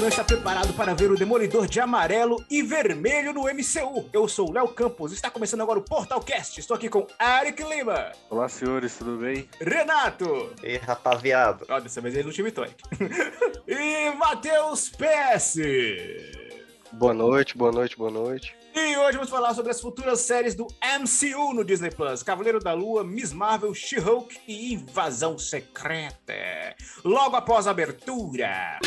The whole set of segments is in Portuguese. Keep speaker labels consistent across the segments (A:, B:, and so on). A: não está preparado para ver o Demolidor de amarelo e vermelho no MCU. Eu sou o Léo Campos, está começando agora o Portalcast. Estou aqui com Eric Lima,
B: Olá, senhores, tudo bem?
A: Renato.
C: E rapaziada,
A: Ó, dessa vez ele é não te imitou, Eric. e Matheus PS.
D: Boa noite, boa noite, boa noite.
A: E hoje vamos falar sobre as futuras séries do MCU no Disney Plus: Cavaleiro da Lua, Miss Marvel, She-Hulk e Invasão Secreta. Logo após a abertura.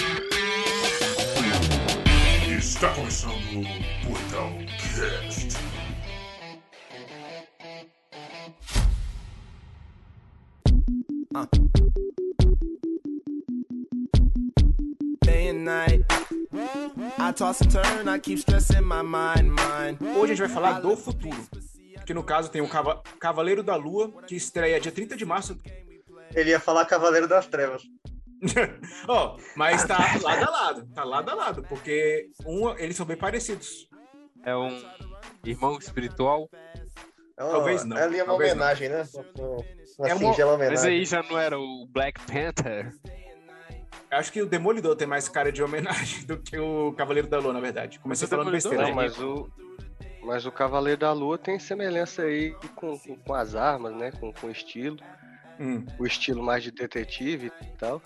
E: Está começando o Portal Cast.
F: day and night. I toss and turn, I keep stressing my mind, mind.
A: Hoje a gente vai falar do futuro. Que no caso tem o Cava- Cavaleiro da Lua, que estreia dia 30 de março.
C: ele ia falar Cavaleiro das Trevas.
A: Ó, mas tá lado a lado. Tá lado a lado, porque um, eles são bem parecidos.
B: É um irmão espiritual,
C: É uma-
A: Talvez não,
C: Ali é uma
A: talvez não.
C: homenagem, né? Uma- Uma
A: É uma-
C: singela
B: mas
C: homenagem.
B: aí já não era o Black Panther.
A: Acho que o Demolidor tem mais cara de homenagem do que o Cavaleiro da Lua, na verdade. Comecei
B: Mas o
A: falando
B: tá Demolidor
A: besteira.
B: Será
D: Não,
A: né?
D: mas o, mas o Cavaleiro da Lua tem semelhança aí com, com, com as armas, né? Com, com o estilo,
A: Hum.
D: o estilo mais de detetive e tal.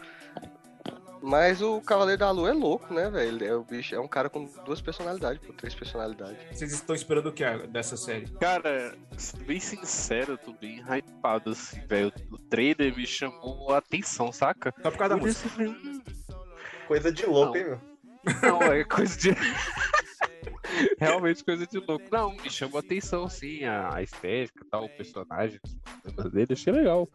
D: Mas o Cavaleiro da Lua é louco, né, velho? Ele É, o bicho, é um cara com duas personalidades, pô, três personalidades.
A: Vocês estão esperando o que é dessa série?
B: Cara, sendo bem sincero, eu tô bem hypado, assim, velho. O trailer me chamou a atenção, saca?
A: Só por causa da
B: Por
A: música.
B: isso eu falei, "Hum,
C: Coisa de louco, hein, meu?
B: Não, é coisa de. Realmente coisa de louco. Não, me chamou a atenção, sim, a, a estética e tal, o personagem, os problemas dele, achei legal.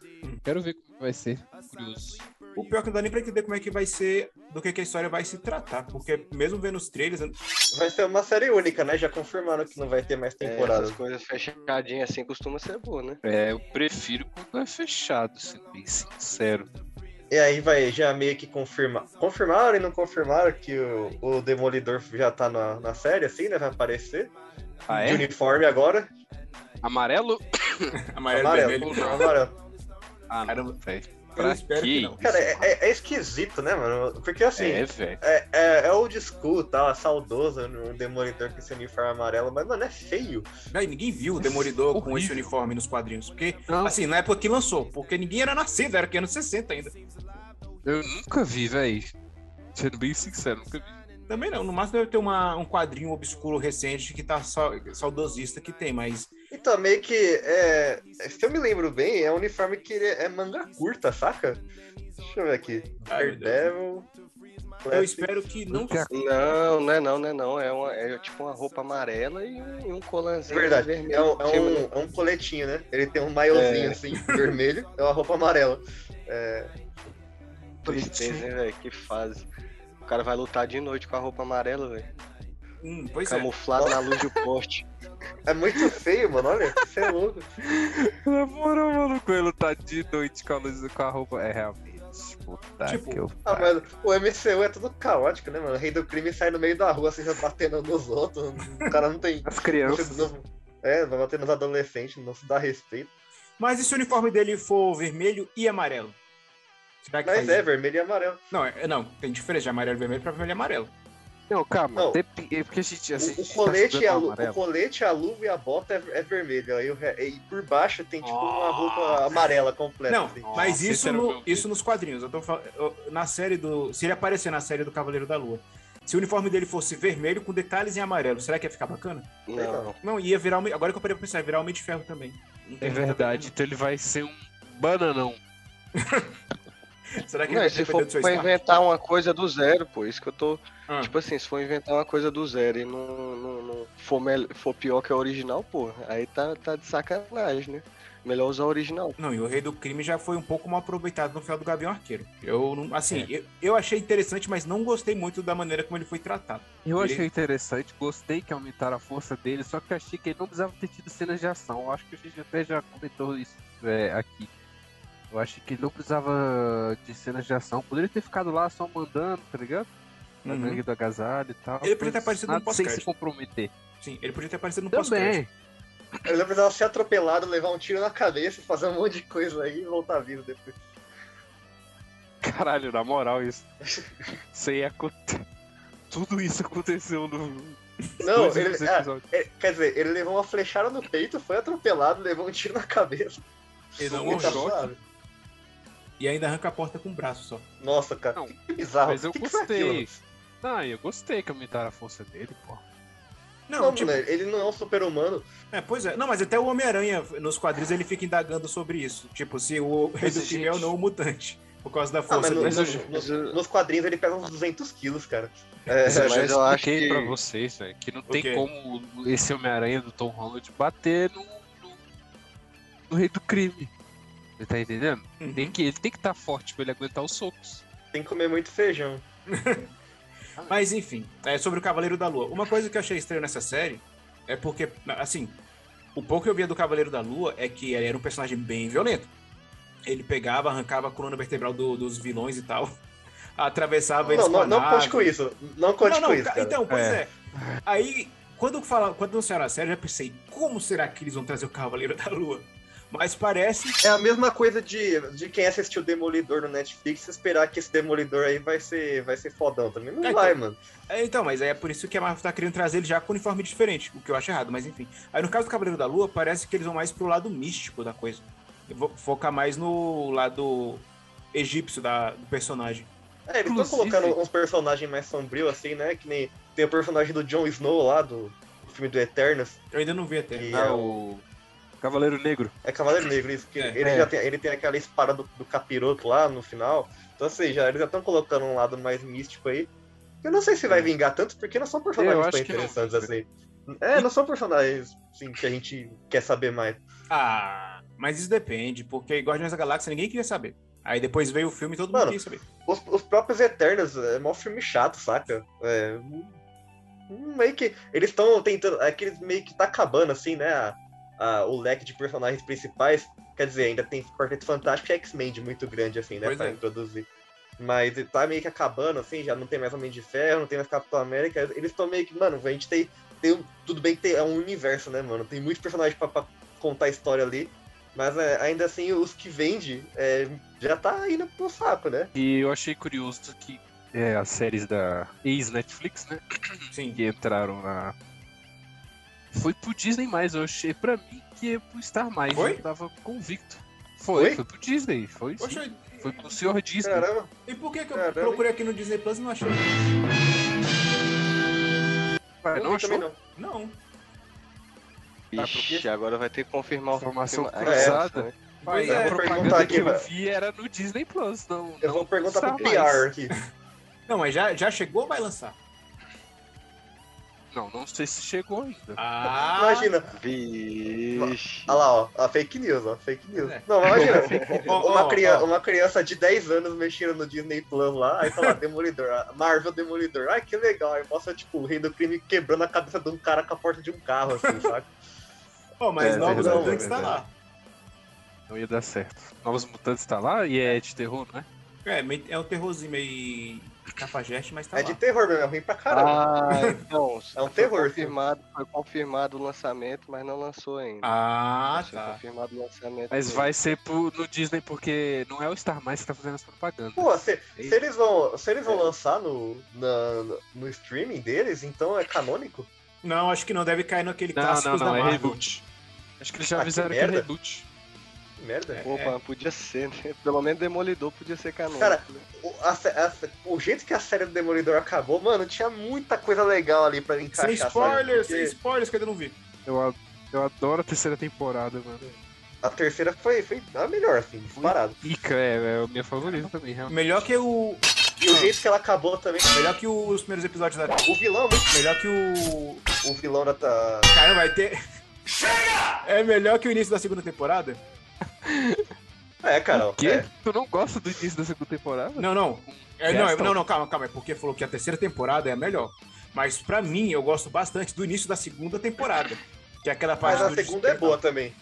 B: Quero ver como vai ser. Curioso.
A: O pior é que não dá nem pra entender como é que vai ser, do que, que a história vai se tratar. Porque mesmo vendo os trailers,
C: Vai ser uma série única, né? Já confirmaram que não vai ter mais
D: É,
C: temporada.
D: essas coisas fechadinhas assim costuma ser boa, né?
B: É, eu prefiro quando é fechado, sendo bem sincero.
C: E aí vai já meio que confirmar. Confirmaram e não confirmaram que o, o Demolidor já tá na, na série, assim, né? Vai aparecer.
B: Ah,
C: De
B: é?
C: uniforme agora.
B: Amarelo?
A: amarelo, e
C: Amarelo.
A: Ah, é vermelho.
C: Amarelo.
B: Ah,
A: Cara,
B: não, velho.
A: Eu
B: Pra
A: espero
B: quê?
A: que não.
C: Cara, é, é- é esquisito, né, mano? Porque assim.
B: É, velho.
C: É, é, é old school, tá? Saudoso, o Demolidor com esse uniforme amarelo, mas, mano, é feio.
A: Não, e ninguém viu o Demolidor com esse
B: Horrível.
A: uniforme nos quadrinhos. Porque,
B: Não,
A: assim, na época que lançou, porque ninguém era nascido, era que anos 60 ainda.
B: eu nunca vi, velho. Sendo bem sincero, nunca vi.
A: Também não, no máximo deve ter uma, um quadrinho obscuro recente que tá só, saudosista que tem, mas
C: Então, meio que, é, se eu me lembro bem, é um uniforme que ele é manga curta, saca? Deixa eu ver aqui.
A: Ai, meu Deus.
C: Daredevil.
A: eu espero que não.
B: Nunca-
D: Não, não é não, não é não. É, uma, é tipo uma roupa amarela e um, e um colanzinho
C: Verdade,
D: vermelho.
C: é um, é,
D: em cima, né?
C: um, é um coletinho, né? Ele tem um maiozinho
D: É.
C: assim, vermelho, é uma roupa amarela. É,
D: Tristeza, hein, velho? Que fase. O cara vai lutar de noite com a roupa amarela, velho.
A: Hum, pois é.
D: Camuflado na luz do poste.
C: é muito feio, mano, olha, você é louco.
B: Na moral, mano, com ele tá de noite com a luz com a roupa. É realmente. Puta
A: Tipo,
B: que eu.
C: Ah, mas o MCU é tudo caótico, né, mano? O rei do crime sai no meio da rua, assim, já batendo nos outros, o cara não tem...
B: As crianças.
C: Não- É, vai bater nos adolescentes, não se dá respeito.
A: Mas e se o uniforme dele for vermelho e amarelo? Será que
C: Mas
A: faz
C: é,
A: isso?
C: vermelho e amarelo.
A: Não, é- não, tem diferença de amarelo e vermelho pra vermelho e amarelo.
B: Não, calma.
C: Não.
B: dep- É porque a gente. Assim,
D: tá
C: O, o colete,
B: é
C: e a, lu- o colete, a luva e a bota é, é vermelho. Aí o re- e por baixo tem tipo uma roupa amarela completa.
A: Não,
C: assim.
A: mas
B: Nossa, esse
A: isso,
B: era o
A: no-
B: meu medo.
A: isso nos quadrinhos. Eu tô fal- eu- na série do. Se ele aparecer na série do Cavaleiro da Lua, se o uniforme dele fosse vermelho com detalhes em amarelo, será que ia ficar bacana?
D: Não.
A: Não, ia virar. Uma, agora que eu parei pra pensar, ia virar Homem de Ferro também. Não
B: É
A: tem nada a ver,
B: verdade, então ele vai ser um bananão.
A: não. Será É que ele
D: Não,
A: vai
D: e se
A: depender
D: for
A: do seu
D: pra
A: status?
D: inventar uma coisa do zero, pô, isso que eu tô.
A: Ah.
D: Tipo assim, se for inventar uma coisa do zero e não, não, não for, mel- for pior que a original, pô, aí tá, tá de sacanagem, né? Melhor usar a original.
A: Não, e o Rei do Crime já foi um pouco mal aproveitado no final do Gavião Arqueiro. Eu, não- assim,
B: É.
A: eu, eu achei interessante, mas não gostei muito da maneira como ele foi tratado.
B: Eu
A: Ele-
B: achei interessante, gostei que aumentaram a força dele, só que achei que ele não precisava ter tido cenas de ação. Eu acho que a gente até já comentou isso é, aqui. Eu achei que ele não precisava de cenas de ação. Poderia ter ficado lá só mandando, tá ligado? Na
A: Uhum.
B: gangue do agasalho e tal.
A: Ele podia ter
B: mas
A: aparecido
B: nada
A: no
B: Sem
A: podcast.
B: se comprometer.
A: Sim, ele podia ter aparecido no pós-crédito.
B: Também.
C: Ele não precisava ser atropelado, levar um tiro na cabeça, fazer um monte de coisa aí e voltar vivo depois.
B: Caralho, na moral, isso. Isso aí é. co- Tudo isso aconteceu no.
C: Não,
B: dois
C: ele-
B: últimos
C: ah,
B: episódios.
C: É, quer dizer, ele levou uma flechada no peito, foi atropelado, levou um tiro na cabeça.
B: Ele
A: Não,
B: levou um
A: tá
B: choque.
C: suave.
A: E ainda arranca a porta com o braço só.
C: Nossa, cara,
B: Não,
C: que bizarro.
B: Mas eu
C: que que foi
B: gostei.
C: aquilo?
B: Não, eu gostei que aumentaram a força dele, pô.
A: Não,
C: Não,
A: tipo,
C: né, ele não é um super-humano.
A: é, pois é. Não, mas até o Homem-Aranha, nos quadrinhos, ele fica indagando sobre isso. Tipo, se o Redutível é ou
B: gente-
A: não o mutante. Por causa da
C: Ah, mas
A: força
C: no-
A: dele.
B: mas
C: no-
D: Mas,
C: no-
D: uh,
C: nos quadrinhos ele pega uns 200 quilos, cara. É,
D: Mas eu
B: expliquei
D: acho que-
B: pra vocês, velho, que não tem
A: quê?
B: como esse Homem-Aranha do Tom Holland bater no, no, no rei do crime. Você tá entendendo?
A: Uhum.
B: Tem que, ele tem que estar forte pra ele aguentar os socos.
C: tem que comer muito feijão.
A: Mas enfim, é sobre o Cavaleiro da Lua. Uma coisa que eu achei estranho nessa série é porque, assim, o pouco que eu via do Cavaleiro da Lua é que ele era um personagem bem violento. Ele pegava, arrancava a coluna vertebral do- dos vilões e tal, atravessava eles
C: Não,
A: com a
C: não, não
A: nave.
C: conte com isso. Não conte
A: Não, não,
C: com isso,
A: ca-
C: cara.
A: então, pois é.
B: É.
A: Aí, quando fala, quando anunciaram a série, eu já pensei, como será que eles vão trazer o Cavaleiro da Lua? Mas parece
C: É a mesma coisa de, de quem assistiu Demolidor no Netflix esperar que esse Demolidor aí vai ser, vai ser fodão também. Não
A: É,
C: vai,
A: então.
C: mano.
A: É, então, mas é por isso que a Marvel tá querendo trazer ele já com um uniforme diferente, o que eu acho errado, mas enfim. Aí no caso do Cavaleiro da Lua, parece que eles vão mais pro lado místico da coisa. Eu vou focar mais no lado egípcio da- do personagem.
C: É, eles estão
B: Inclusive-
C: colocando uns personagens mais sombrios assim, né? Que nem tem o personagem do Jon Snow lá, do, do filme do Eternos.
A: Eu ainda não vi até.
C: E
B: Ah,
C: é, o-
B: o Cavaleiro Negro.
C: é Cavaleiro Negro, isso, que
A: É.
C: ele já tem, ele tem aquela espada do, do capiroto lá no final. Então, assim, já, eles já estão colocando um lado mais místico aí. Eu não sei se vai vingar tanto, porque não são
B: Eu
C: personagens
B: acho
C: tão
B: que não.
C: interessantes assim. É, não são personagens assim, que a gente quer saber mais.
A: Ah, mas isso depende, porque Guardiões da Galáxia ninguém queria saber. Aí depois veio o filme e todo mundo
C: Mano,
A: queria saber.
C: Os, os próprios Eternos é mó filme chato, saca? É. hum, Meio que. Eles estão tentando. É que eles meio que tá acabando, assim, né? a- a- o leque de personagens principais. Quer dizer, ainda tem Quarteto Fantástico e X-Men de muito grande, assim, né?
A: Pois
C: pra
A: é.
C: introduzir. Mas tá meio que acabando, assim, já não tem mais Homem de Ferro, não tem mais Capitão América. Eles estão meio que. Mano, a gente tem. tem um- tudo bem que tem- é um universo, né, mano? Tem muitos personagens pra, pra contar a história ali. Mas é, ainda assim, os que vende é, já tá indo pro saco, né?
B: E eu achei curioso que é, as séries da ex-Netflix, né?
A: Sim.
B: que entraram na. Foi pro Disney mais, eu achei pra mim que ia pro Star mais.
A: Foi?
B: Eu tava convicto. Foi,
C: Foi?
B: foi, pro Disney, foi sim.
A: Poxa,
B: Foi pro senhor Disney.
C: Caramba.
A: e por que, que eu
C: Caramba, hein?
A: procurei aqui no Disney Plus e não achei?
B: Cara,
C: Eu
B: não
C: vi
B: achou?
C: também não.
A: Não.
D: Ixi, Tá, agora vai ter que confirmar o
B: Informação
D: confirmar-
B: cruzada.
D: É,
A: Pois
C: eu
A: é,
B: a
C: vou
B: propaganda
C: perguntar
B: que eu
C: aqui,
B: vi era no Disney Plus, não.
C: Eu
B: não
C: vou
B: no
C: perguntar
B: Star
C: pro
B: Mais.
C: PR aqui.
A: Não, mas já, já chegou ou vai lançar?
B: Não, não sei se chegou ainda.
A: Ah,
C: Imagina.
D: Vixe.
C: Olha lá, ó. A fake news, ó. Fake news.
A: É.
C: Não, imagina.
A: Ó, ó,
C: Uma,
A: ó.
C: criança, uma criança de 10 anos mexendo no Disney Plus lá, aí tá lá, Demolidor, ah, Marvel Demolidor. Ai, que legal. Aí mostra, tipo, o rei do crime quebrando a cabeça de um cara com a porta de um carro, assim, saca?
A: Ó, mas
B: É,
A: novos
C: verdade,
A: mutantes tá
B: verdade.
A: lá.
B: Não ia dar certo. Novos Mutantes tá lá e é de terror, né?
A: É, meio- é um terrorzinho meio cafajeste, mas tá
C: É
A: lá.
C: de terror mesmo, é ruim pra caramba.
D: Ah, então.
C: É um
D: foi
C: terror,
D: Confirmado, foi confirmado o lançamento, mas não lançou ainda.
A: Ah,
D: Foi
A: tá.
D: confirmado o lançamento.
B: Mas
D: dele.
B: vai ser pro, no Disney porque não é o Star Mais que tá fazendo essa propaganda.
C: Pô, se, se eles vão, se eles vão
A: É.
C: lançar no, na- no streaming deles, então é canônico?
A: Não, acho que não. Deve cair naquele
B: Não,
A: clássico
B: não,
A: da
B: não, é
A: Marvel.
B: reboot. Acho que eles já
C: Ah, que
B: avisaram que, é
C: merda.
B: reboot.
C: Que
A: É.
C: merda.
D: Opa, podia ser, né? Pelo menos Demolidor podia ser canônico.
C: Cara,
D: né?
C: O, a sé- a sé- o jeito que a série do Demolidor acabou, mano, tinha muita coisa legal ali pra encaixar.
A: Sem spoilers,
C: sabe?
A: sem
C: Porque
A: spoilers que eu ainda não vi.
B: Eu, a- eu adoro a terceira temporada, mano.
C: A terceira foi, foi a melhor, assim, disparado.
B: Pica, é, é a minha favorita também, realmente.
A: Melhor que o.
C: E o jeito que ela acabou também.
A: Melhor que os primeiros episódios da.
C: O vilão, né?
A: Melhor que o.
C: o vilão da. da-
A: Caramba, vai ter. Chega! É melhor que o início da segunda temporada?
C: É, Carol.
B: Quê?
C: É.
B: Tu não gosta do início da segunda temporada?
A: Não, não. É, não, é-
B: Gaston.
A: não, não, calma, calma. É porque falou que a terceira temporada é a melhor. Mas pra mim, eu gosto bastante do início da segunda temporada. Que é aquela parte
C: Mas a
A: do
C: segunda é boa também.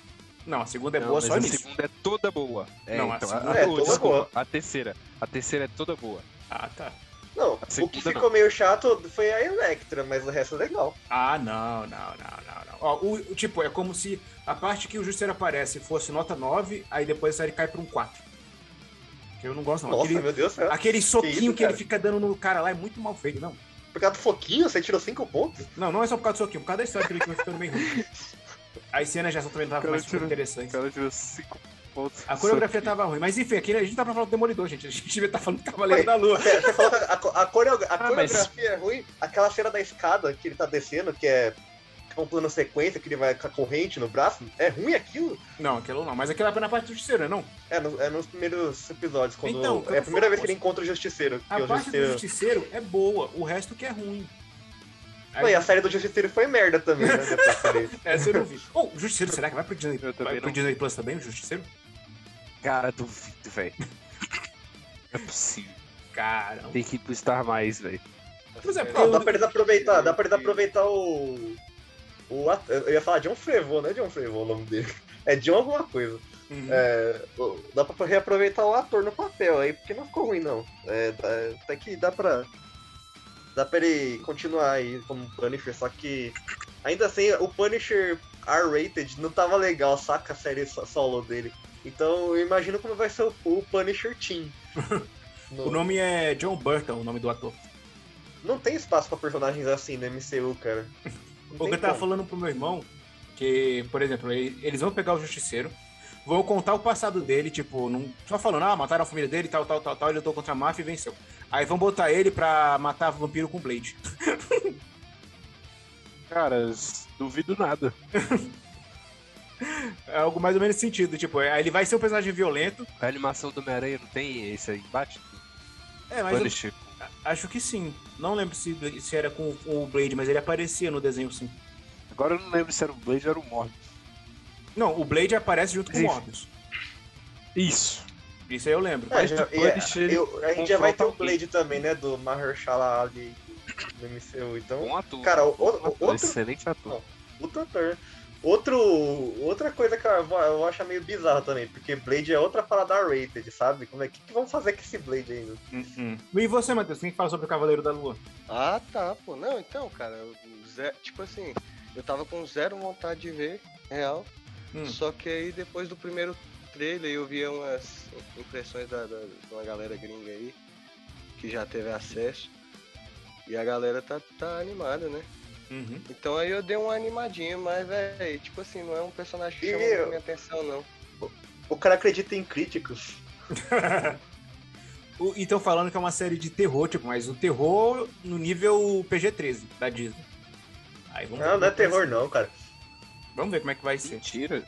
A: Não, a segunda é boa
B: mas
A: só
B: a
A: início.
B: segunda é toda boa. então,
A: Não, a segunda
C: é toda boa.
B: A terceira. A terceira é toda boa.
A: Ah, tá.
C: Não, o que
B: segunda
C: ficou meio chato foi a Electra, mas o resto é legal.
A: Ah, não, não, não, não, não. Ó, o, o tipo, é como se a parte que o Justiceiro aparece fosse nota 9, aí depois a série cai pra um 4. Que eu não gosto, não.
C: Nossa,
A: aquele,
C: meu Deus do céu.
A: aquele soquinho
C: isso,
A: que ele
C: cara?
A: fica dando no cara lá é muito mal feito, não.
C: Por causa do tá foquinho, você tirou 5 pontos?
A: Não, não é só por causa do soquinho, por causa da história que ele foi ficando bem ruim. As cenas já também não
B: Cara,
A: estavam mais
B: tirou- O
A: interessantes.
B: cara tirou 5 pontos.
A: A coreografia tava ruim, mas enfim, aqui a gente não tá pra falar do Demolidor, gente. A gente devia tá falando do Cavaleiro
C: Ué.
A: da Lua.
C: Você, você falou que a, co- a coreo- a
B: Ah, mas-
C: coreografia é ruim, aquela cena da escada que ele tá descendo, que é um plano sequência, que ele vai com a corrente no braço, é ruim aquilo?
A: Não, aquilo não, mas aquilo é na parte do Justiceiro, não?
C: É, no- é nos primeiros episódios, quando.
A: Então,
C: é a primeira
A: eu-
C: vez que ele encontra o Justiceiro.
A: A
C: que o
A: parte do
C: Justiceiro...
A: Justiceiro é boa, o resto que é ruim. Aí-
C: Não, e a série do Justiceiro foi merda também, né? depois que ele-
A: Essa É, eu não vi. Ô, o Justiceiro, será que vai pro Disney,
B: Eu também
A: vai pro
B: não.
A: Disney Plus também, o Justiceiro?
B: Cara, duvido, velho. É possível.
A: Caramba.
B: Tem que ir pro Star Mais, velho.
A: Mas é
D: Ah,
A: porque
C: Não, dá
A: eu-
C: pra eles aproveitar, dá pra eles aproveitar o. o at- Eu ia falar John Frevô, não é John Frevô o nome dele. É John alguma coisa.
A: Uhum.
C: É, o- dá pra reaproveitar o ator no papel aí, porque não ficou ruim não. É, dá- até que dá pra. Dá pra ele continuar aí como Punisher, só que. Ainda assim, o Punisher R-rated não tava legal, saca a série so- solo dele. Então eu imagino como vai ser o, o Punisher Team.
A: O nome é John Burton, o nome do ator.
C: Não tem espaço pra personagens assim no MCU, cara. Não
A: O que
C: tem
A: eu tava
C: como.
A: falando pro meu irmão, que, por exemplo, ele- eles vão pegar o Justiceiro, vão contar o passado dele, tipo, não, só falando, ah, mataram a família dele, tal, tal, tal, tal, ele lutou contra a máfia e venceu. Aí vão botar ele pra matar vampiro com Blade.
B: Cara, s- duvido nada.
A: É algo mais ou menos sentido, tipo, é- aí ele vai ser um personagem violento.
B: A animação do Homem-Aranha não tem esse aí embate?
A: É, mas eu-
B: Punisher.
A: a- acho que sim. Não lembro se, se era com, com o Blade, mas ele aparecia no desenho sim.
B: Agora eu não lembro se era o Blade ou era o Morbius.
A: Não, o Blade aparece junto com o
B: Sim.
A: Morbius.
B: Isso.
A: Isso aí eu lembro.
C: É, já- e é-
B: Punisher,
C: eu- a gente já vai ter o
B: confronta
C: Blade também, né? Do Mahershala Ali no MCU. Então,
B: Bom um ator.
C: cara, o- o-
B: Bom ator,
C: outro
B: Excelente ator.
C: puta ator. Outro, outra coisa que eu vou, eu vou achar meio bizarro também, porque Blade é outra parada rated, sabe? Como é que, que vão fazer com esse Blade ainda?
A: E você, Matheus, quem que fala sobre o Cavaleiro da Lua?
D: Ah, tá, pô. Não, então, cara, eu- ze- tipo assim, eu tava com zero vontade de ver, real.
A: Hum.
D: Só que aí depois do primeiro trailer eu vi umas impressões da, da- de uma galera gringa aí, que já teve acesso. E a galera tá, tá animada, né?
A: Uhum.
D: Então aí eu dei uma animadinha, mas véi, tipo assim, não é um personagem que
C: E
D: chama
C: eu?
D: muito minha atenção, não.
C: O cara acredita em críticos.
A: O- E estão falando que é uma série de terror, tipo, mas o terror no nível PG-13 da Disney. Aí vamos ver
C: Não, não
A: como
C: é
A: que vai
C: terror
A: ser.
C: não, cara.
A: Vamos ver como é que vai ser.
B: Mentira.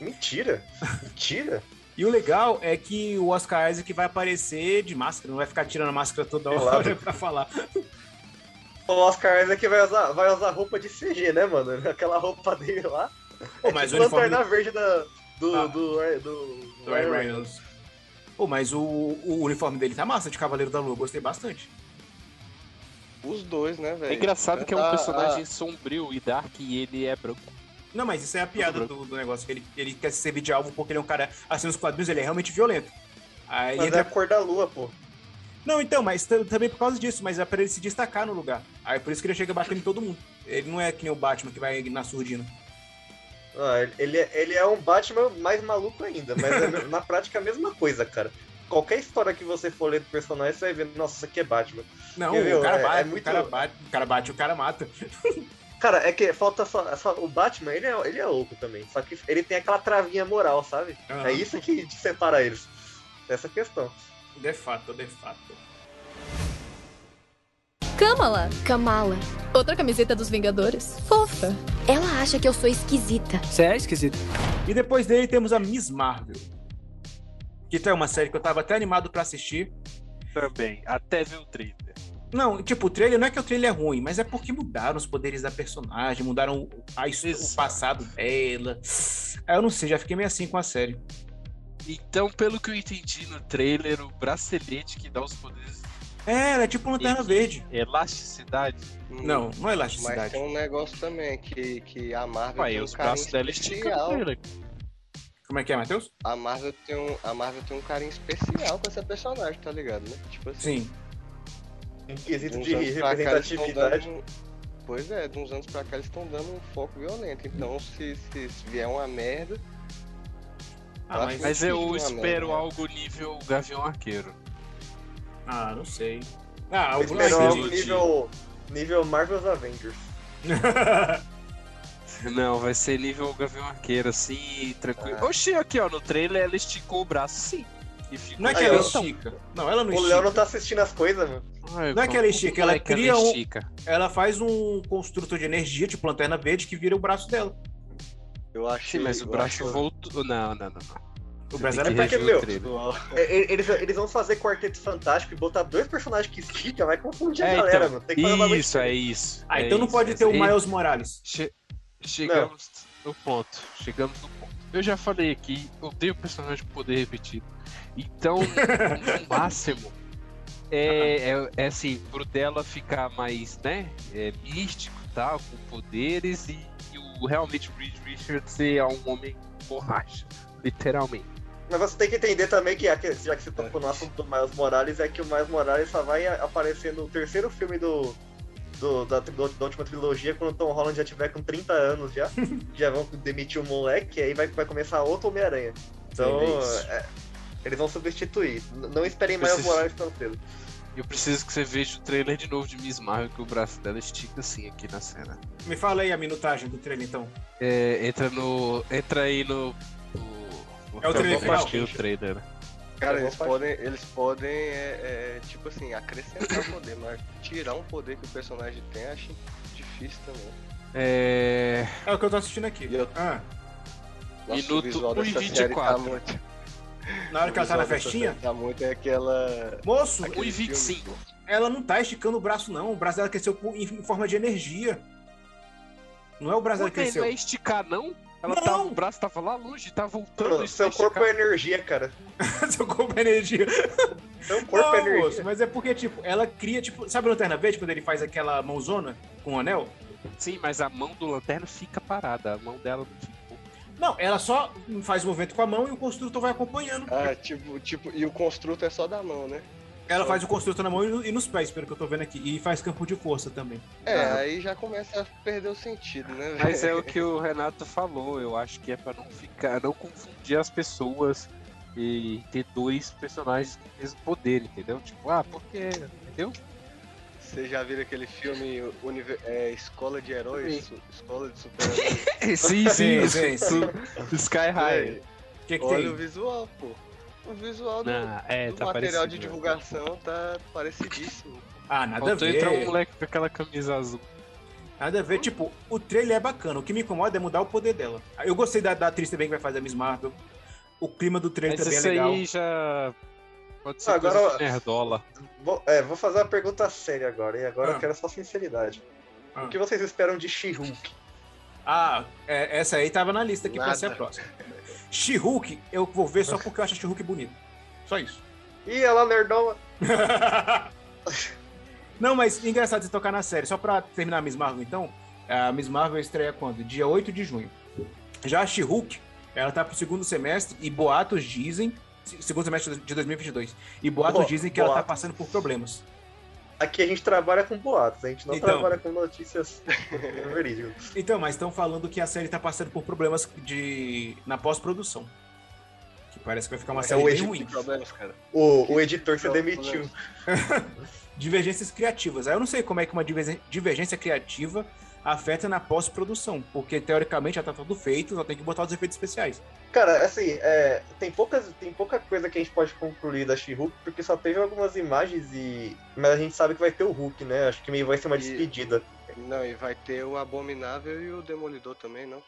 C: Mentira. Mentira.
A: E o legal é que o Oscar Isaac vai aparecer de máscara, não vai ficar tirando a máscara toda
C: Pelado.
A: hora pra falar.
C: O Oscar Isaac vai usar, vai usar roupa de CG, né, mano? Aquela roupa dele lá.
A: Pô, mas o
C: tipo
A: uniforme
C: Lanterna Verde da, do,
A: Ah.
C: do, do, do,
A: do Ryan Reynolds. Pô, mas o, o uniforme dele tá massa, de Cavaleiro da Lua, gostei bastante.
D: Os dois, né, velho?
B: É engraçado que é um
C: tá,
D: Ah,
B: personagem sombrio e dark e ele é branco.
A: Não, mas
C: Tá
A: isso é a piada do, do negócio, que ele, ele quer se servir de alvo porque ele é um cara, assim, nos quadrinhos ele é realmente violento. Aí ele
C: Mas
A: entra
C: é a cor da lua, pô.
A: Não, então, mas tam- também por causa disso, mas é pra ele se destacar no lugar. Aí por isso que ele chega batendo em todo mundo. Ele não é que nem o Batman que vai na surdina.
C: Ah, ele, é- ele é um Batman mais maluco ainda, mas é na prática a mesma coisa, cara. Qualquer história que você for ler do personagem, você vai ver, nossa, isso aqui é Batman.
A: Não,
C: Quer ver,
A: o cara
C: é-
A: bate,
C: é muito-
A: o cara bate, o cara bate, o cara mata.
C: Cara, é que falta só. só- o Batman, ele é, ele é louco também. Só que ele tem aquela travinha moral, sabe?
A: Aham.
B: Ah.
C: É isso que separa eles. Essa questão.
A: De fato, de fato.
G: Kamala,
H: Kamala,
G: outra camiseta dos Vingadores. Fofa.
H: ela acha que eu sou esquisita.
I: Você é esquisito.
A: E depois dele temos a Miss Marvel. Que tá uma série que eu tava até animado pra assistir.
B: Também. Até ver o trailer.
A: Não, tipo, o trailer não é que o trailer é ruim, mas é porque mudaram os poderes da personagem, mudaram a his- o
B: Isso.
A: passado dela. Aí eu não sei, já fiquei meio assim com a série.
B: Então, pelo que eu entendi no trailer, o bracelete que dá os poderes
A: É, ela é tipo Lanterna
B: Isso.
A: Verde.
B: elasticidade.
D: Hum,
A: Não, não é elasticidade.
D: Mas tem um negócio também, que, que a Marvel
B: Ué,
D: tem um
B: os
C: é
D: carinho
B: braços dela é né? esticam no
D: especial.
B: trailer.
A: Como é que é, Matheus?
D: A Marvel, tem um, a Marvel tem um carinho especial com essa personagem, tá ligado, né? Tipo assim,
A: Sim.
C: Em quesito
D: uns
C: de
D: anos pra cá, eles tão
C: representatividade.
D: dando- um, Pois é, de uns anos pra cá eles estão dando um foco violento. Então, se, se, se vier uma merda.
A: Ah, mas...
B: Mas
D: Estica
B: eu
D: é uma
B: espero
D: merda.
B: algo nível Gavião Arqueiro.
A: ah, não sei. Ah,
C: Tô
A: algum
C: esperando algo
A: Infinity.
C: nível, nível Marvel's Avengers.
B: Não, vai ser nível Gavião Arqueiro, assim, tranquilo.
D: Ah.
B: Oxi, aqui ó, no trailer ela esticou o braço, sim. E ficou
A: Não é que
C: Aí,
A: ela
C: ó.
A: estica. Não, ela não é
C: O
A: estica.
C: Léo não tá assistindo as coisas, mano.
B: Ai,
A: não é que ela estica,
B: como
A: ela
B: é que
A: cria um-
B: estica?
A: Ela faz um construtor de energia, tipo lanterna verde, que vira o braço dela.
D: Eu acho
B: Sim, mas o
D: eu
B: braço
D: acho-
B: voltou. Não, não, não. não.
A: O
B: Você
A: braço
B: tem
A: dela
B: que
A: é
C: pra
A: pra
C: quê,
A: quê?
B: rever o
C: meu?
B: trailer.
C: É, é, Eles, eles vão fazer quarteto fantástico e botar dois personagens que esticam, vai confundir
B: É,
C: a galera,
B: então,
C: mano. Tem que fazer um bagulho
B: Isso, é
C: diferente.
B: isso.
A: Ah,
B: é
A: então não
B: isso,
A: pode
B: é
A: ter o
B: isso.
A: Miles Morales.
B: Che- Chegamos no ponto. Chegamos no ponto. Eu já falei aqui, odeio personagem com poder repetido. Então, o máximo é, é, é assim, pro dela ficar mais, né, é, místico e tal, com poderes, e, e o realmente Reed Richards ser um homem borracha, literalmente.
C: Mas você tem que entender também que, já que já que você tocou no assunto do Miles Morales, é que o Miles Morales só vai a- aparecer no terceiro filme do, do- da, tri- da última trilogia, quando o Tom Holland já tiver com 30 anos já. já vão demitir o moleque, e aí vai, vai começar outro Homem-Aranha. Então,
A: Sim, é isso.
C: é, eles vão substituir. N- Não esperem
B: Precisa-
C: Miles Morales tão cedo.
B: Eu preciso que você veja o trailer de novo de Miss Marvel, que o braço dela estica assim aqui na cena.
A: Me fala aí a minutagem do trailer, então.
B: É, entra no. Entra aí no. no-
A: É o trailer
B: Eu
A: final?
B: baixei o trailer, né?
D: Cara,
C: Eu vou
D: eles
C: fazer.
D: podem, eles podem é, é, tipo assim, acrescentar o poder, mas tirar um poder que o personagem tem, acho difícil também.
B: É.
A: É o que eu tô assistindo aqui.
D: E eu-
A: Ah,
D: Nossa, o
B: Minuto
D: visual dessa
B: 1 e
D: série tá
B: 24.
D: muito.
A: na hora que ela tá na festinha,
D: Tá muito é aquela.
A: moço,
D: aquele
B: 1,25.
D: filme.
A: ela não tá esticando o braço, não. O braço dela cresceu por- em em forma de energia. Não é o braço dela
B: Mas não
A: cresceu.
B: é esticar, não? Ela tá,
A: Não!
B: o braço tava lá longe, tá voltando.
C: Mano,
B: isso
C: seu
B: é
C: corpo
B: esticar.
C: é energia, cara.
A: Seu corpo é energia.
D: um
C: Seu corpo é
A: não, moço,
C: energia.
A: mas é porque, tipo, ela cria, tipo, sabe o Lanterna Verde quando ele faz aquela mãozona com o anel?
B: Sim, mas a mão do lanterna fica parada, a mão dela não ficou.
A: Não, ela só faz o movimento com a mão e o construtor vai acompanhando.
D: Ah, tipo, tipo, e o construto é só da mão, né?
A: Ela faz o construtor na mão e no- e nos pés, pelo que eu tô vendo aqui. E faz campo de força também.
D: É,
B: Ah.
D: aí já começa a perder o sentido, né? velho?
B: Mas é o que o Renato falou, eu acho que é pra não ficar, não confundir as pessoas e ter dois personagens com o mesmo poder, entendeu? Tipo, ah, porque. Entendeu?
D: Vocês já viram aquele filme univer- é, Escola de Heróis? Su- Escola de Super Heróis?
B: É, sim, sim,
A: sim,
B: Sky High.
A: O que, que
D: Olha o
A: tem?
D: visual, pô. O visual do,
B: Ah, é,
D: do
B: tá
D: material
B: parecido,
D: de
B: né?
D: divulgação tá parecidíssimo.
A: Ah, nada a
B: Faltou entrar um
A: ver.
B: moleque com aquela camisa azul.
A: Nada a ver. Tipo, o trailer é bacana. O que me incomoda é mudar o poder dela. Eu gostei da, da atriz também que vai fazer a Miss Marvel. O clima do trailer
B: Mas
A: também é
B: isso
A: legal.
B: aí já. Pode ser
C: Agora-
B: coisa de nerdola.
C: Vou, é, vou fazer uma pergunta séria agora, e agora
A: Ah.
C: eu quero só sinceridade.
A: Ah.
C: O que vocês esperam de She-Hulk?
A: Ah, é, essa aí tava na lista aqui pra
D: Nada.
A: ser a próxima. She-Hulk, eu vou ver só porque eu acho a She-Hulk bonita. Só isso.
C: Ih, ela nerdona.
A: Não, mas engraçado você tocar na série. Só pra terminar a Miss Marvel, então. A Miss Marvel estreia quando? Dia 8 de junho. Já a She-Hulk, ela tá pro segundo semestre e boatos dizem... se- Segundo semestre de 2022. E boatos
C: Bo-
A: dizem que ela tá
C: boatos.
A: passando por problemas.
C: Aqui a gente trabalha com boatos, a gente não
A: Então.
C: trabalha com notícias verídicas.
A: Então, mas estão falando que a série tá passando por problemas de na pós-produção. Que parece que vai ficar uma
B: é
A: série
C: É, o
A: bem
C: Egito
A: ruim.
D: Tem é problemas, cara. É
C: O, o editor se
D: Não,
C: demitiu.
A: Divergências criativas. Aí eu não sei como é que uma divergen- divergência criativa afeta na pós-produção, porque teoricamente já tá tudo feito, só tem que botar os efeitos especiais.
C: Cara, assim, é, tem, poucas, tem pouca coisa que a gente pode concluir da She-Hulk, porque só teve algumas imagens e. Mas a gente sabe que vai ter o Hulk, né? Acho que meio vai ser uma
D: E-
C: despedida.
D: Não, e vai ter o Abominável e o Demolidor também, não?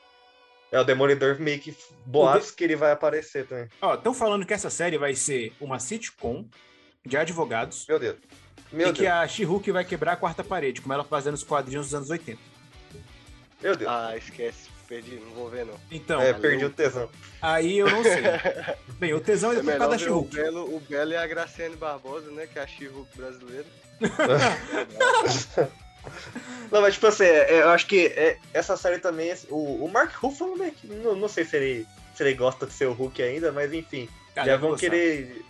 C: É o Demolidor meio que boatos que ele vai aparecer também.
A: Ó, estão falando que essa série vai ser uma sitcom de advogados
C: Meu Deus. Meu
A: e que
C: Deus.
A: a She-Hulk vai quebrar a quarta parede, como ela fazia nos quadrinhos dos anos 80. é?
C: Meu Deus.
D: Ah, esquece, perdi, não vou ver não.
A: Então,
C: é,
D: Ah, valeu.
C: perdi o tesão.
A: aí eu não sei. Bem, o tesão
D: É
A: é por causa
D: melhor
A: da
D: ver o
A: She-Hulk.
D: Belo, o Belo e a Graciane Barbosa, né? Que é a She-Hulk brasileira.
C: Não, mas tipo assim, é- é, eu acho que é, essa série também. é- O, o Mark Ruffalo, né? que Não, não sei se ele, se ele gosta de ser o Hulk ainda, mas enfim.
A: Cara,
C: já
A: eu vou
C: vão
A: gostar.
C: querer.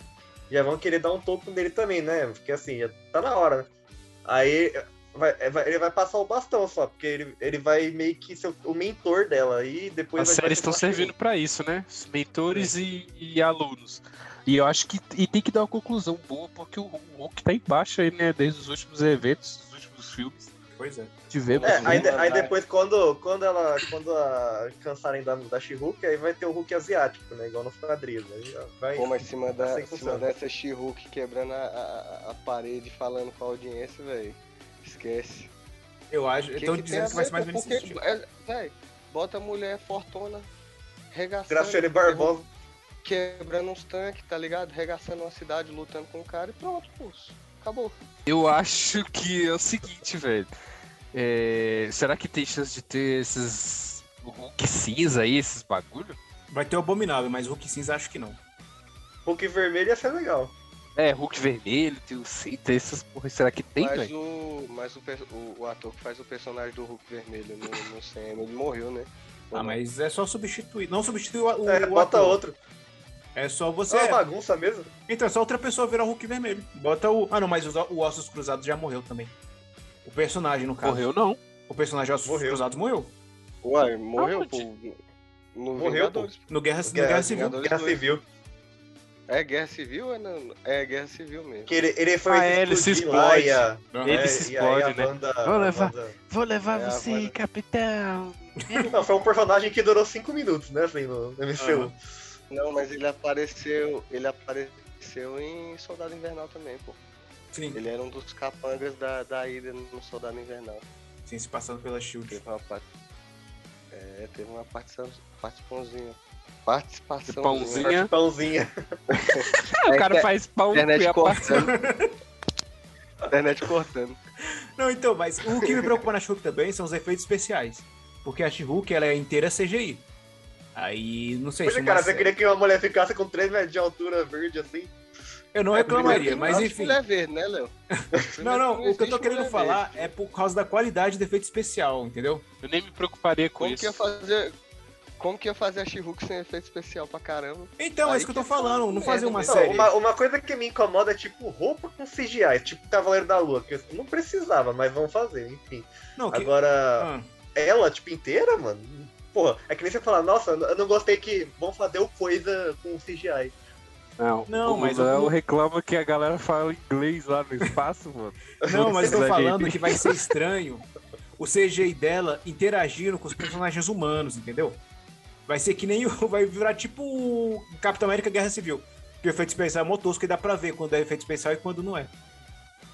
C: Já vão querer dar um topo nele também, né? Porque assim, já tá na hora, né? Aí vai- é, vai- ele vai passar o bastão só, porque ele, ele vai meio que ser o mentor dela. E depois
B: As
C: vai- vai
B: séries
C: ser
B: estão
C: só-
B: servindo pra isso, né? Mentores
D: É.
B: e, e alunos. E eu acho que e tem que dar uma conclusão boa, porque o, o Hulk tá em baixa aí, né? Desde os últimos eventos, os últimos filmes
A: Pois é.
B: que tivemos.
C: É,
B: né?
C: aí, de- aí
D: né?
C: depois quando, quando ela quando a, cansarem da, da She-Hulk, aí vai ter o Hulk asiático, né? Igual nos quadrinhos. Né? Já Vai,
D: Pô, mas se mandar,
C: Assim que
D: se
C: funciona.
D: mandar essa She-Hulk quebrando a, a- a parede falando com a audiência, velho, esquece.
A: Eu acho.
D: Que
A: Estão
D: que tem
A: dizendo
D: a
A: que vai
D: ver,
A: ser mais ou
D: pô?
A: menos
D: Porque,
A: esse estilo.
D: é, Véi, bota a mulher fortona regaçando.
C: Graciane Barbosa.
D: Quebrando uns tanques, tá ligado? Regaçando uma cidade, lutando com o cara e pronto, pô. Acabou.
B: Eu acho que é o seguinte, velho. É, será que tem chance de ter esses o Hulk cinza aí, esses bagulho?
A: Vai ter o Abominável, mas o Hulk Cinza acho que não.
C: Hulk vermelho ia ser legal.
B: É, Hulk vermelho, tem o cinza, essas porra. Será que tem,
D: mas
B: velho?
D: o, mas o, perso- o, o ator que faz o personagem do Hulk Vermelho no, no CM, ele morreu, né?
A: Ah, mas é só substituir. Não substituir o, o,
C: É,
A: o
C: bota
A: ator.
C: outro.
A: É só
C: É
A: você.
C: uma bagunça mesmo.
A: Então é só outra pessoa virar o Hulk vermelho. Bota o. Ah, não, mas os o- o Ossos Cruzados já morreu também. O personagem, no caso.
B: Morreu não.
A: O personagem Ossos
C: Morreu.
A: Cruzados morreu.
D: Uai, morreu,
B: Aonde?
D: pô. No
C: Morreu, pô.
D: Vingadores.
A: No Guerra, no
C: Guerra-
A: Guerra Civil.
D: Vingadores
C: Guerra
D: dois.
C: Civil.
D: É guerra civil? É, não, é guerra civil mesmo.
C: Que ele, ele foi
B: Ah, é, ele se
C: explodir lá,
B: explode.
C: e a-
A: Aham.
B: Ele
C: é,
B: se
C: e aí a
B: explode, né?
C: Wanda-
B: Vou levar.
C: Wanda-
B: Vou levar
D: É, você, agora-
B: capitão.
C: Não, foi um personagem que durou 5 minutos, né? Assim, no no MCU.
A: Ah,
D: Não, mas ele apareceu. Ele apareceu em Soldado Invernal também, pô.
A: Sim,
D: Ele era um dos capangas da, da ida no Soldado Invernal.
A: sim, se passando pela Shield.
D: Teve uma parte. É, teve uma participação. Participaçãozinha.
B: Pãozinha.
D: Participaçãozinha.
B: Minha.
C: Pãozinha.
B: é- Ah, o
D: É
B: cara
D: que-
B: faz pau
D: Internet
B: e a
D: cortando. Internet cortando.
A: Não, então, mas o que me preocupa na She-Hulk também são os efeitos especiais. Porque a She-Hulk, ela é inteira CGI. Aí, não sei
C: Pois
A: se.
C: é,
A: uma
C: cara, você
A: série-
C: queria que uma mulher ficasse com 3 metros de altura verde assim?
A: Eu não reclamaria, mas
D: Acho que
A: enfim.
D: Mulher verde, né, Léo?
A: Não, não, o que eu tô
D: existe
A: querendo
D: mulher
A: falar
D: verde.
A: é por causa da qualidade do efeito especial, entendeu?
B: Eu nem me preocuparia com
D: Como
B: isso.
D: que ia fazer. Como que ia fazer a She-Hulk sem efeito especial pra caramba?
A: Então, é
D: Aí
A: isso que eu
D: que
A: tô
D: é foda,
A: falando, não
D: merda,
A: fazer uma
D: né?
C: Não,
A: série.
C: uma, uma coisa que me incomoda é tipo roupa com CGI, tipo Cavaleiro da Lua, que eu não precisava, mas vão fazer, enfim.
A: Não, que...
C: Agora,
A: Ah,
C: ela, tipo, inteira, mano. Porra, é que nem você falar, nossa, eu não gostei que vão fazer o coisa com CGI.
B: Não,
A: Não,
B: o
A: mas
B: Léo
A: eu-
B: reclama que a galera fala inglês lá no espaço, mano.
A: Não, mas eu tô
B: Exagero.
A: falando que vai ser estranho o CGI dela interagindo com os personagens humanos, entendeu? Vai ser que nem o. Vai virar tipo o Capitão América Guerra Civil. Que o efeito especial é motosco e dá pra ver quando é efeito especial e quando não é.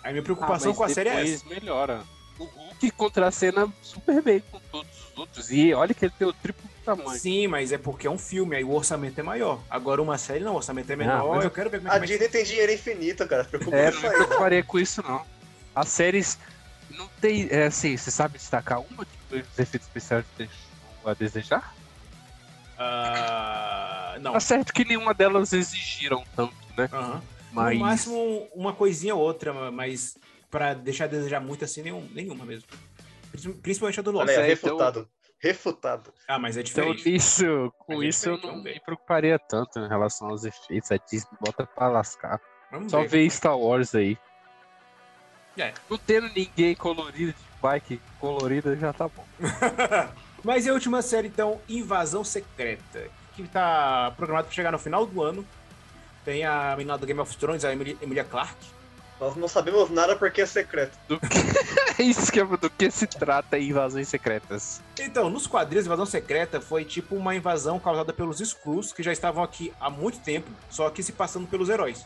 A: Aí minha preocupação
B: Ah, mas
A: com a série é
B: depois
A: essa.
B: melhora. O Hulk contracena super bem com todos os outros. E olha que ele tem o triplo do tamanho.
A: Sim, mas é porque é um filme, aí o orçamento é maior. Agora uma série não, o orçamento é menor.
B: mas-
A: eu quero ver como
C: A
A: é que vai
C: Disney tem dinheiro infinito, cara. Ficou com
B: É,
C: isso
B: não me
C: aí.
B: preocuparia com isso, não. As séries não tem. É assim, você sabe destacar uma que os efeitos especiais deixam a desejar?
A: Ah, Não.
B: Tá certo que nenhuma delas exigiram tanto, né?
A: Aham.
B: Mas.
A: No máximo uma coisinha ou outra, mas pra deixar a desejar muito assim, nenhum- nenhuma mesmo. Princi- Principalmente a do Lost.
C: Olha, aí,
B: é, então-
C: refutado. Refutado.
A: Ah, mas é
B: Então,
A: diferente.
B: isso, com
A: Mas é
B: isso eu
A: diferente,
B: não
A: vamos ver.
B: me preocuparia tanto em relação aos efeitos. A Disney bota pra lascar.
A: Vamos
B: Só
A: ver.
B: ver Star Wars aí.
A: É.
B: Não tendo ninguém colorido de bike colorida já tá bom.
A: Mas e a última série, então, Invasão Secreta, que tá programado pra chegar no final do ano. Tem a menina do Game of Thrones, a Emily- Emilia Clarke.
C: Nós não sabemos nada porque é secreto.
B: Do que, é isso que, eu- do que se trata em invasões secretas.
A: Então, nos quadrinhos, a invasão secreta foi tipo uma invasão causada pelos Skrulls, que já estavam aqui há muito tempo, só que se passando pelos heróis.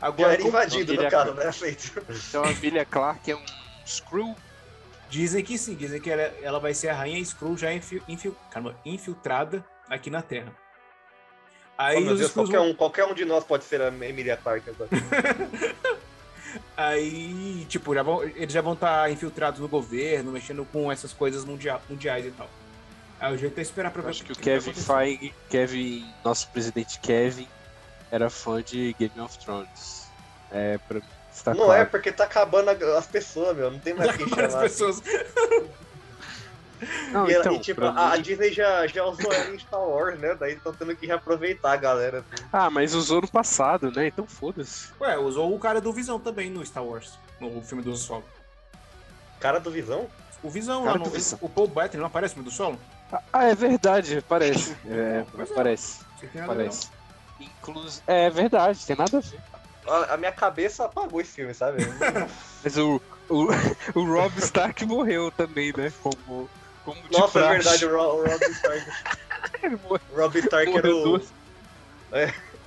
C: Já
A: Agora,
C: era invadido,
B: ele
C: no
B: é-
C: caso, né? Aceito.
B: Então a Emilia Clark é um screw.
A: Dizem que sim, dizem que ela, ela vai ser a rainha Skrull já infi- infil- caramba, infiltrada aqui na Terra.
C: Oh,
A: Aí,
C: meu
A: os
C: Deus,
A: Skrulls
C: qualquer,
A: vão-
C: um, qualquer um de nós pode ser a Emilia Clarke agora.
B: Tá
A: aí, tipo, já vão- eles já vão estar infiltrados no governo, mexendo com essas coisas mundia- mundiais e tal. Aí o jeito é esperar pra ver
B: Acho que o
A: vai
B: Kevin
A: acontecer.
B: Feige, Kevin, nosso presidente Kevin, era fã de Game of Thrones. É, pra mim está
C: não é,
B: claro. Tá
C: porque tá acabando a- as pessoas, meu. Não tem mais quem
A: Várias
C: chamar.
A: pessoas.
B: Não,
C: E, ela-
B: então,
C: e, tipo,
B: pra
C: a, a
B: mim-
C: Disney já, já usou ela em Star Wars, né? Daí estão tendo que reaproveitar a galera.
B: Ah, mas usou no passado, né? Então foda-se.
A: Ué, usou o cara do Visão também no Star Wars, no filme do Solo.
C: Cara do Visão?
A: O Visão
B: Cara
A: lá,
B: do
A: no-
B: Visão.
A: o Paul Bettany não aparece no do solo?
B: Ah, é verdade, parece. É,
A: Pois é.
B: parece,
A: Não tem nada a ver,
B: parece. Inclusive, é verdade, tem nada a ver.
C: A, a minha cabeça apagou esse filme, sabe?
B: Mas o, o, o Rob Stark morreu também, né? Como, como de
C: Nossa, é
B: praxe.
C: verdade, o, Ro- o Rob Stark.
B: Ele morreu
C: o Rob Stark era o. É.
B: duas-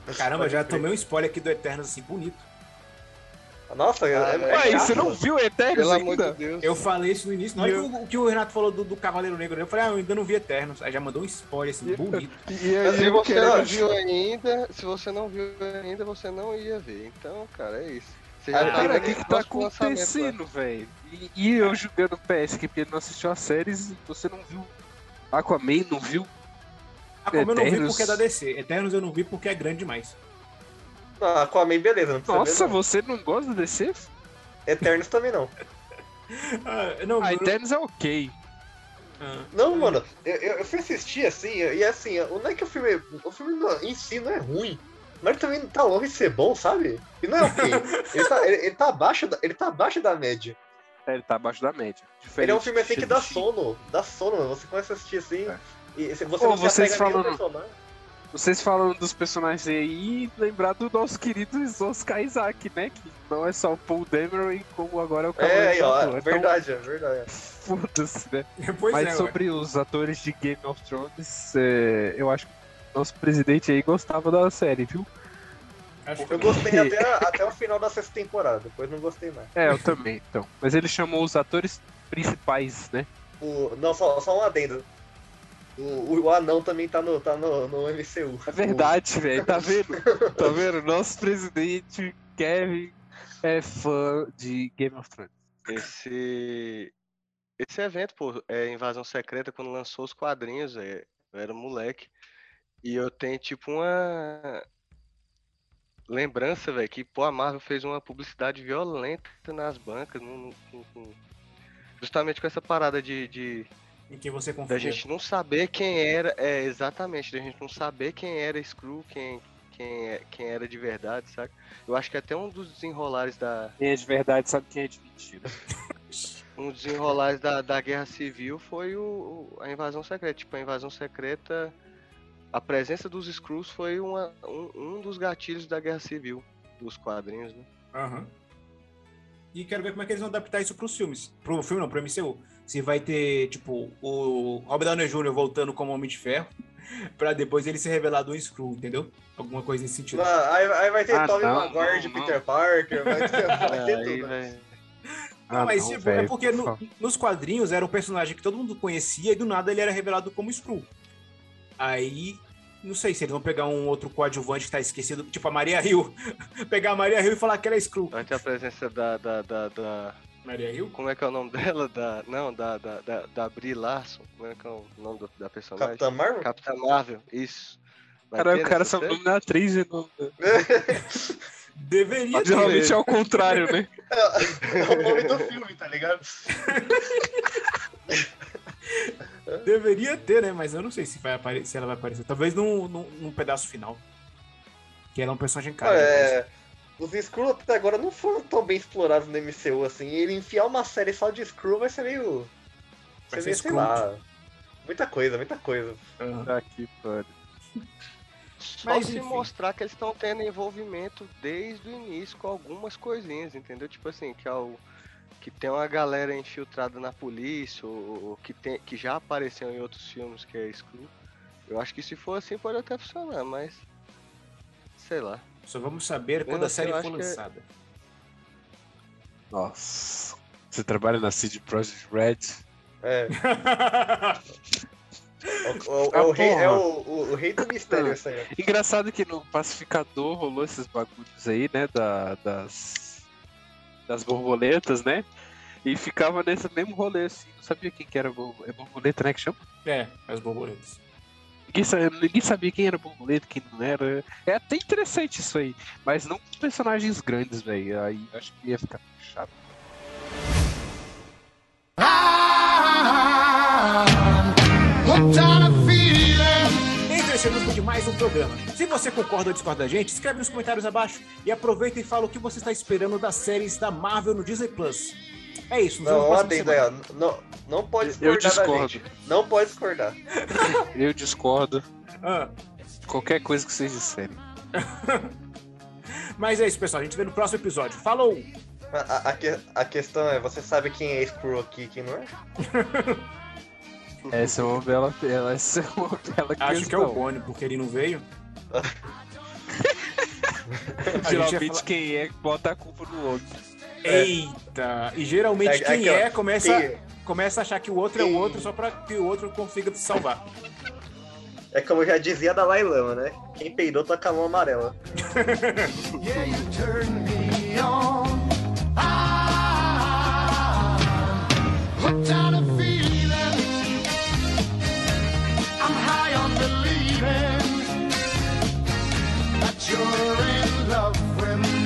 A: não. Caramba, eu já tomei um spoiler aqui do Eternos, assim, bonito.
C: Nossa, é,
D: Ah,
C: é
B: Ué,
C: chato,
B: você não
C: mano.
B: viu Eternos
D: Pelo amor de
B: ainda?
D: Deus.
A: Eu falei isso no início, na hora que o- que o Renato falou do, do Cavaleiro Negro, eu falei, ah, eu ainda não vi Eternos. Aí já mandou um spoiler, assim, bonito.
B: E
D: Mas
B: aí,
D: se
B: eu
D: você
B: quero-
D: não viu ainda, se você não viu ainda, você não ia ver. Então, cara, é isso. Você já
B: Ah,
D: tá
B: cara, o
D: vendo
C: é
B: que,
C: um
B: que tá
D: o próximo lançamento, né?
B: acontecendo, velho? E, e eu julgando PS que porque ele não assistiu as séries e você não viu Aquaman, não viu?
A: Ah, como eu não vi
B: Eternos.
A: porque é da DC. Eternos eu não vi porque é grande demais.
C: Ah, Aquaman, beleza, não precisa
B: Nossa,
C: ver, não.
B: você não gosta de DC?
C: Eternos também não.
A: Ah, não,
B: Ah,
A: eu-
B: Eternos é ok.
A: ah,
C: Não, mano, eu, eu eu fui assistir assim, e assim, o- não é que o filme. O filme não- em si não é ruim. Mas também tá longe de ser bom, sabe? E não é ok. ele, tá, ele, ele tá abaixo da, ele tá abaixo da média.
B: É, ele tá abaixo da média.
C: Ele é um
B: Diferente
C: filme assim
B: de
C: que dá
B: Shang-Chi.
C: sono. Dá sono, mano. Você começa a assistir assim.
B: É.
C: E você
B: Ô,
C: não se
B: vocês
C: apega a
B: falando-
C: nenhum personagem.
B: Vocês falando dos personagens aí, lembrar do nosso querido Oscar Isaac, né? Que não é só o Paul Dameron, como agora é o
C: É,
B: Cavaleiro
C: aí,
B: da
C: ó,
B: Lua. Então,
C: verdade, é verdade.
B: Foda-se, né?
A: Pois
B: Mas
A: é, ué.
B: sobre os atores de Game of Thrones, é, eu acho que o nosso presidente aí gostava da série, viu?
A: Acho que
C: Eu gostei até, até o final da sexta temporada, depois não gostei mais.
B: É, eu também, então. Mas ele chamou os atores principais, né?
C: O, não, só, só um adendo. O, o, o anão também tá no, tá no, no MCU.
B: É verdade, velho. Tá vendo? Tá vendo? Nosso presidente, Kevin, é fã de Game of Thrones.
D: Esse. Esse evento, pô, é Invasão Secreta, quando lançou os quadrinhos, é, eu era moleque. E eu tenho, tipo, uma. Lembrança, velho, que pô, a Marvel fez uma publicidade violenta nas bancas, no- no- com- com- justamente com essa parada de- de
A: em quem você confia.
D: Da gente não saber quem era, é exatamente, da gente não saber quem era Screw, quem, quem, é- quem era de verdade, saca? Eu acho que até um dos desenrolares da.
B: Quem é de verdade sabe quem é de mentira.
D: Um dos desenrolares da, da Guerra Civil foi o, o- a invasão secreta. Tipo, a invasão secreta. A presença dos Screws foi uma, um, um dos gatilhos da Guerra Civil, dos quadrinhos, né?
A: Aham. E quero ver como é que eles vão adaptar isso pros filmes. Pro filme não, pro MCU. Se vai ter, tipo, o Robert Downey Jr. voltando como Homem de Ferro, pra depois ele se revelar do Screw, entendeu? Alguma coisa nesse sentido.
C: Mano, aí, aí vai ter
B: Ah,
C: Tobey
B: não,
C: Maguire de
B: não, não.
C: Peter Parker, vai ter, vai ter
D: Aí,
C: Ah, tudo.
D: véi,
A: Não, mas tipo, é
B: Ah, velho,
A: porque
B: por
A: no-
B: favor.
A: nos quadrinhos era um personagem que todo mundo conhecia e do nada ele era revelado como Skrull. Aí, não sei se eles vão pegar um outro coadjuvante que tá esquecido, tipo a Maria Hill. pegar a Maria Hill e falar que ela é Skrull.
D: Vai ter a presença da- da- da, da,
A: Maria Hill?
D: Como é que é o nome dela? Da, não, da, da, da, da Brie Larson. Como é que é o nome do- da personagem?
C: Capitã Marvel?
D: Capitã Marvel, isso. Vai
B: Caralho,
D: ter
B: o cara
D: nessa
B: sabe o
D: série?
B: nome da atriz e não.
A: Deveria ter.
B: Geralmente é ao contrário, né?
C: É o nome do filme, tá ligado?
A: Deveria ter, né? Mas eu não sei se, vai apare- se ela vai aparecer. Talvez num, num, num pedaço final. Que ela é um personagem caro.
C: É, os Skrull até agora não foram tão bem explorados no MCU, assim. Ele enfiar uma série só de Skrull vai ser meio...
A: Vai
C: Vai
A: ser
C: ser meio, sei lá... Muita coisa, muita coisa.
A: Ah,
B: Tá aqui, mano.
D: Só
A: Mas,
D: se
A: enfim.
D: mostrar que eles estão tendo envolvimento desde o início com algumas coisinhas, entendeu? Tipo assim, que é o. Que tem uma galera infiltrada na polícia, ou, ou que, tem, que já apareceu em outros filmes que é Screw. Eu acho que se for assim pode até funcionar, mas. Sei lá.
A: Só vamos saber quando
D: Eu
A: a série
D: acho
A: for
D: que é-
A: lançada.
B: Nossa. Você trabalha na CD Projekt Red?
C: É, o- o- é o,
B: Ah,
C: rei,
B: porra.
C: é
B: Ah.
C: o, o- o rei do mistério, assim, né? isso aí.
B: Engraçado que no Pacificador rolou esses bagulhos aí, né? da- das, das borboletas, né? E ficava nesse mesmo rolê, assim. Não sabia quem que era bor- é borboleta, né? Que chama?
A: é, as borboletas.
B: Ninguém sa- ninguém sabia, quem era borboleta, quem não era. É até interessante isso aí. Mas não com personagens grandes, velho. Aí acho que ia ficar chato.
A: Entrechegamos de mais um programa. Se você concorda ou discorda da gente, escreve nos comentários abaixo e aproveita e fala o que você está esperando das séries da Marvel no Disney Plus. É isso, nos
C: Não,
A: vemos na próxima
C: ordem,
A: semana.
C: Daniel. Não, não pode discordar.
B: Eu
C: Da
B: discordo.
C: gente. Não pode discordar.
B: Eu discordo.
A: Ah,
B: de Qualquer coisa que vocês disserem.
A: mas é isso, pessoal. A gente se vê no próximo episódio. Falou! um.
C: A, a- a que- a questão é, você sabe quem é Screw aqui e quem não é?
B: Essa é uma bela, ela- essa é uma bela
A: Acho que é o
B: questão.
A: Boni, porque ele não veio. A gente ia
B: Geralmente
A: falar- é.
B: quem é que bota a culpa no outro.
A: Eita! E geralmente
C: É- é
A: quem
C: aquela-
A: é começa,
C: Quem-
A: começa a achar que o outro é o outro só pra que o outro consiga se salvar.
C: É como já dizia Dalai Lama, né? Quem peidou tá com a mão amarela.
F: Yeah, you turn me on. Ah, what kind of feeling? I'm high on believing that you're in love with me.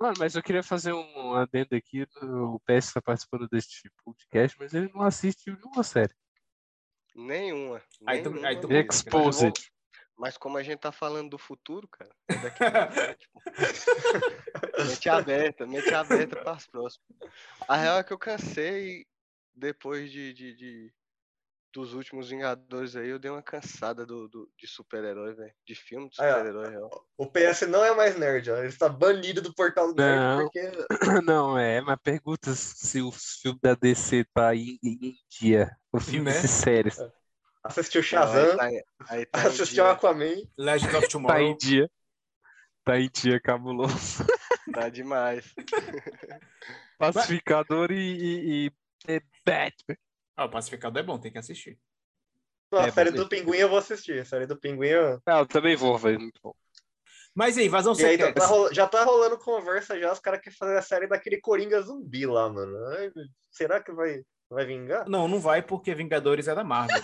B: Mano, mas eu queria fazer um adendo aqui. O PS tá participando deste podcast, mas ele não assiste nenhuma série.
D: Nenhuma.
A: Aí tu-
D: nenhuma
A: aí tu-
B: é
A: né?
D: mesmo.
B: Exposed.
D: Mas, mas como a gente tá falando do futuro, cara, mente aberta, mente aberta para as próximas. A real é que eu cansei depois de, de- de- dos últimos Vingadores aí, eu dei uma cansada do, do- de super-herói, velho. De filme de
C: Ah, é.
D: super-herói, real.
C: O PS não é mais nerd, ó. Ele está banido do portal do nerd
B: Não.
C: porque
B: Não, é, mas pergunta se o filme da DC tá aí em, em dia. O filme
A: Né?
B: de séries.
C: assistiu
D: Aí
C: Shazam,
B: é
D: tá, aí tá em
C: assistiu
D: dia,
C: Aquaman.
A: Legend of
B: Tá em
A: Tomorrow.
B: dia. Tá em dia, cabuloso.
D: tá demais.
B: Pacificador e, e, e é Batman.
A: Ah, o Pacificado é bom, tem que assistir.
C: Não, a
B: É,
C: série
B: você-
C: do Pinguim eu vou assistir. A série do Pinguim eu...
B: Ah, eu também vou, velho. Muito bom.
A: Mas e aí, Vazão
C: E aí, tá-
A: Secreto?
C: tá rola- já tá rolando conversa já, os caras querem fazer a série daquele Coringa zumbi lá, mano. Ai, será que vai, vai vingar?
A: Não, não vai porque Vingadores é da Marvel.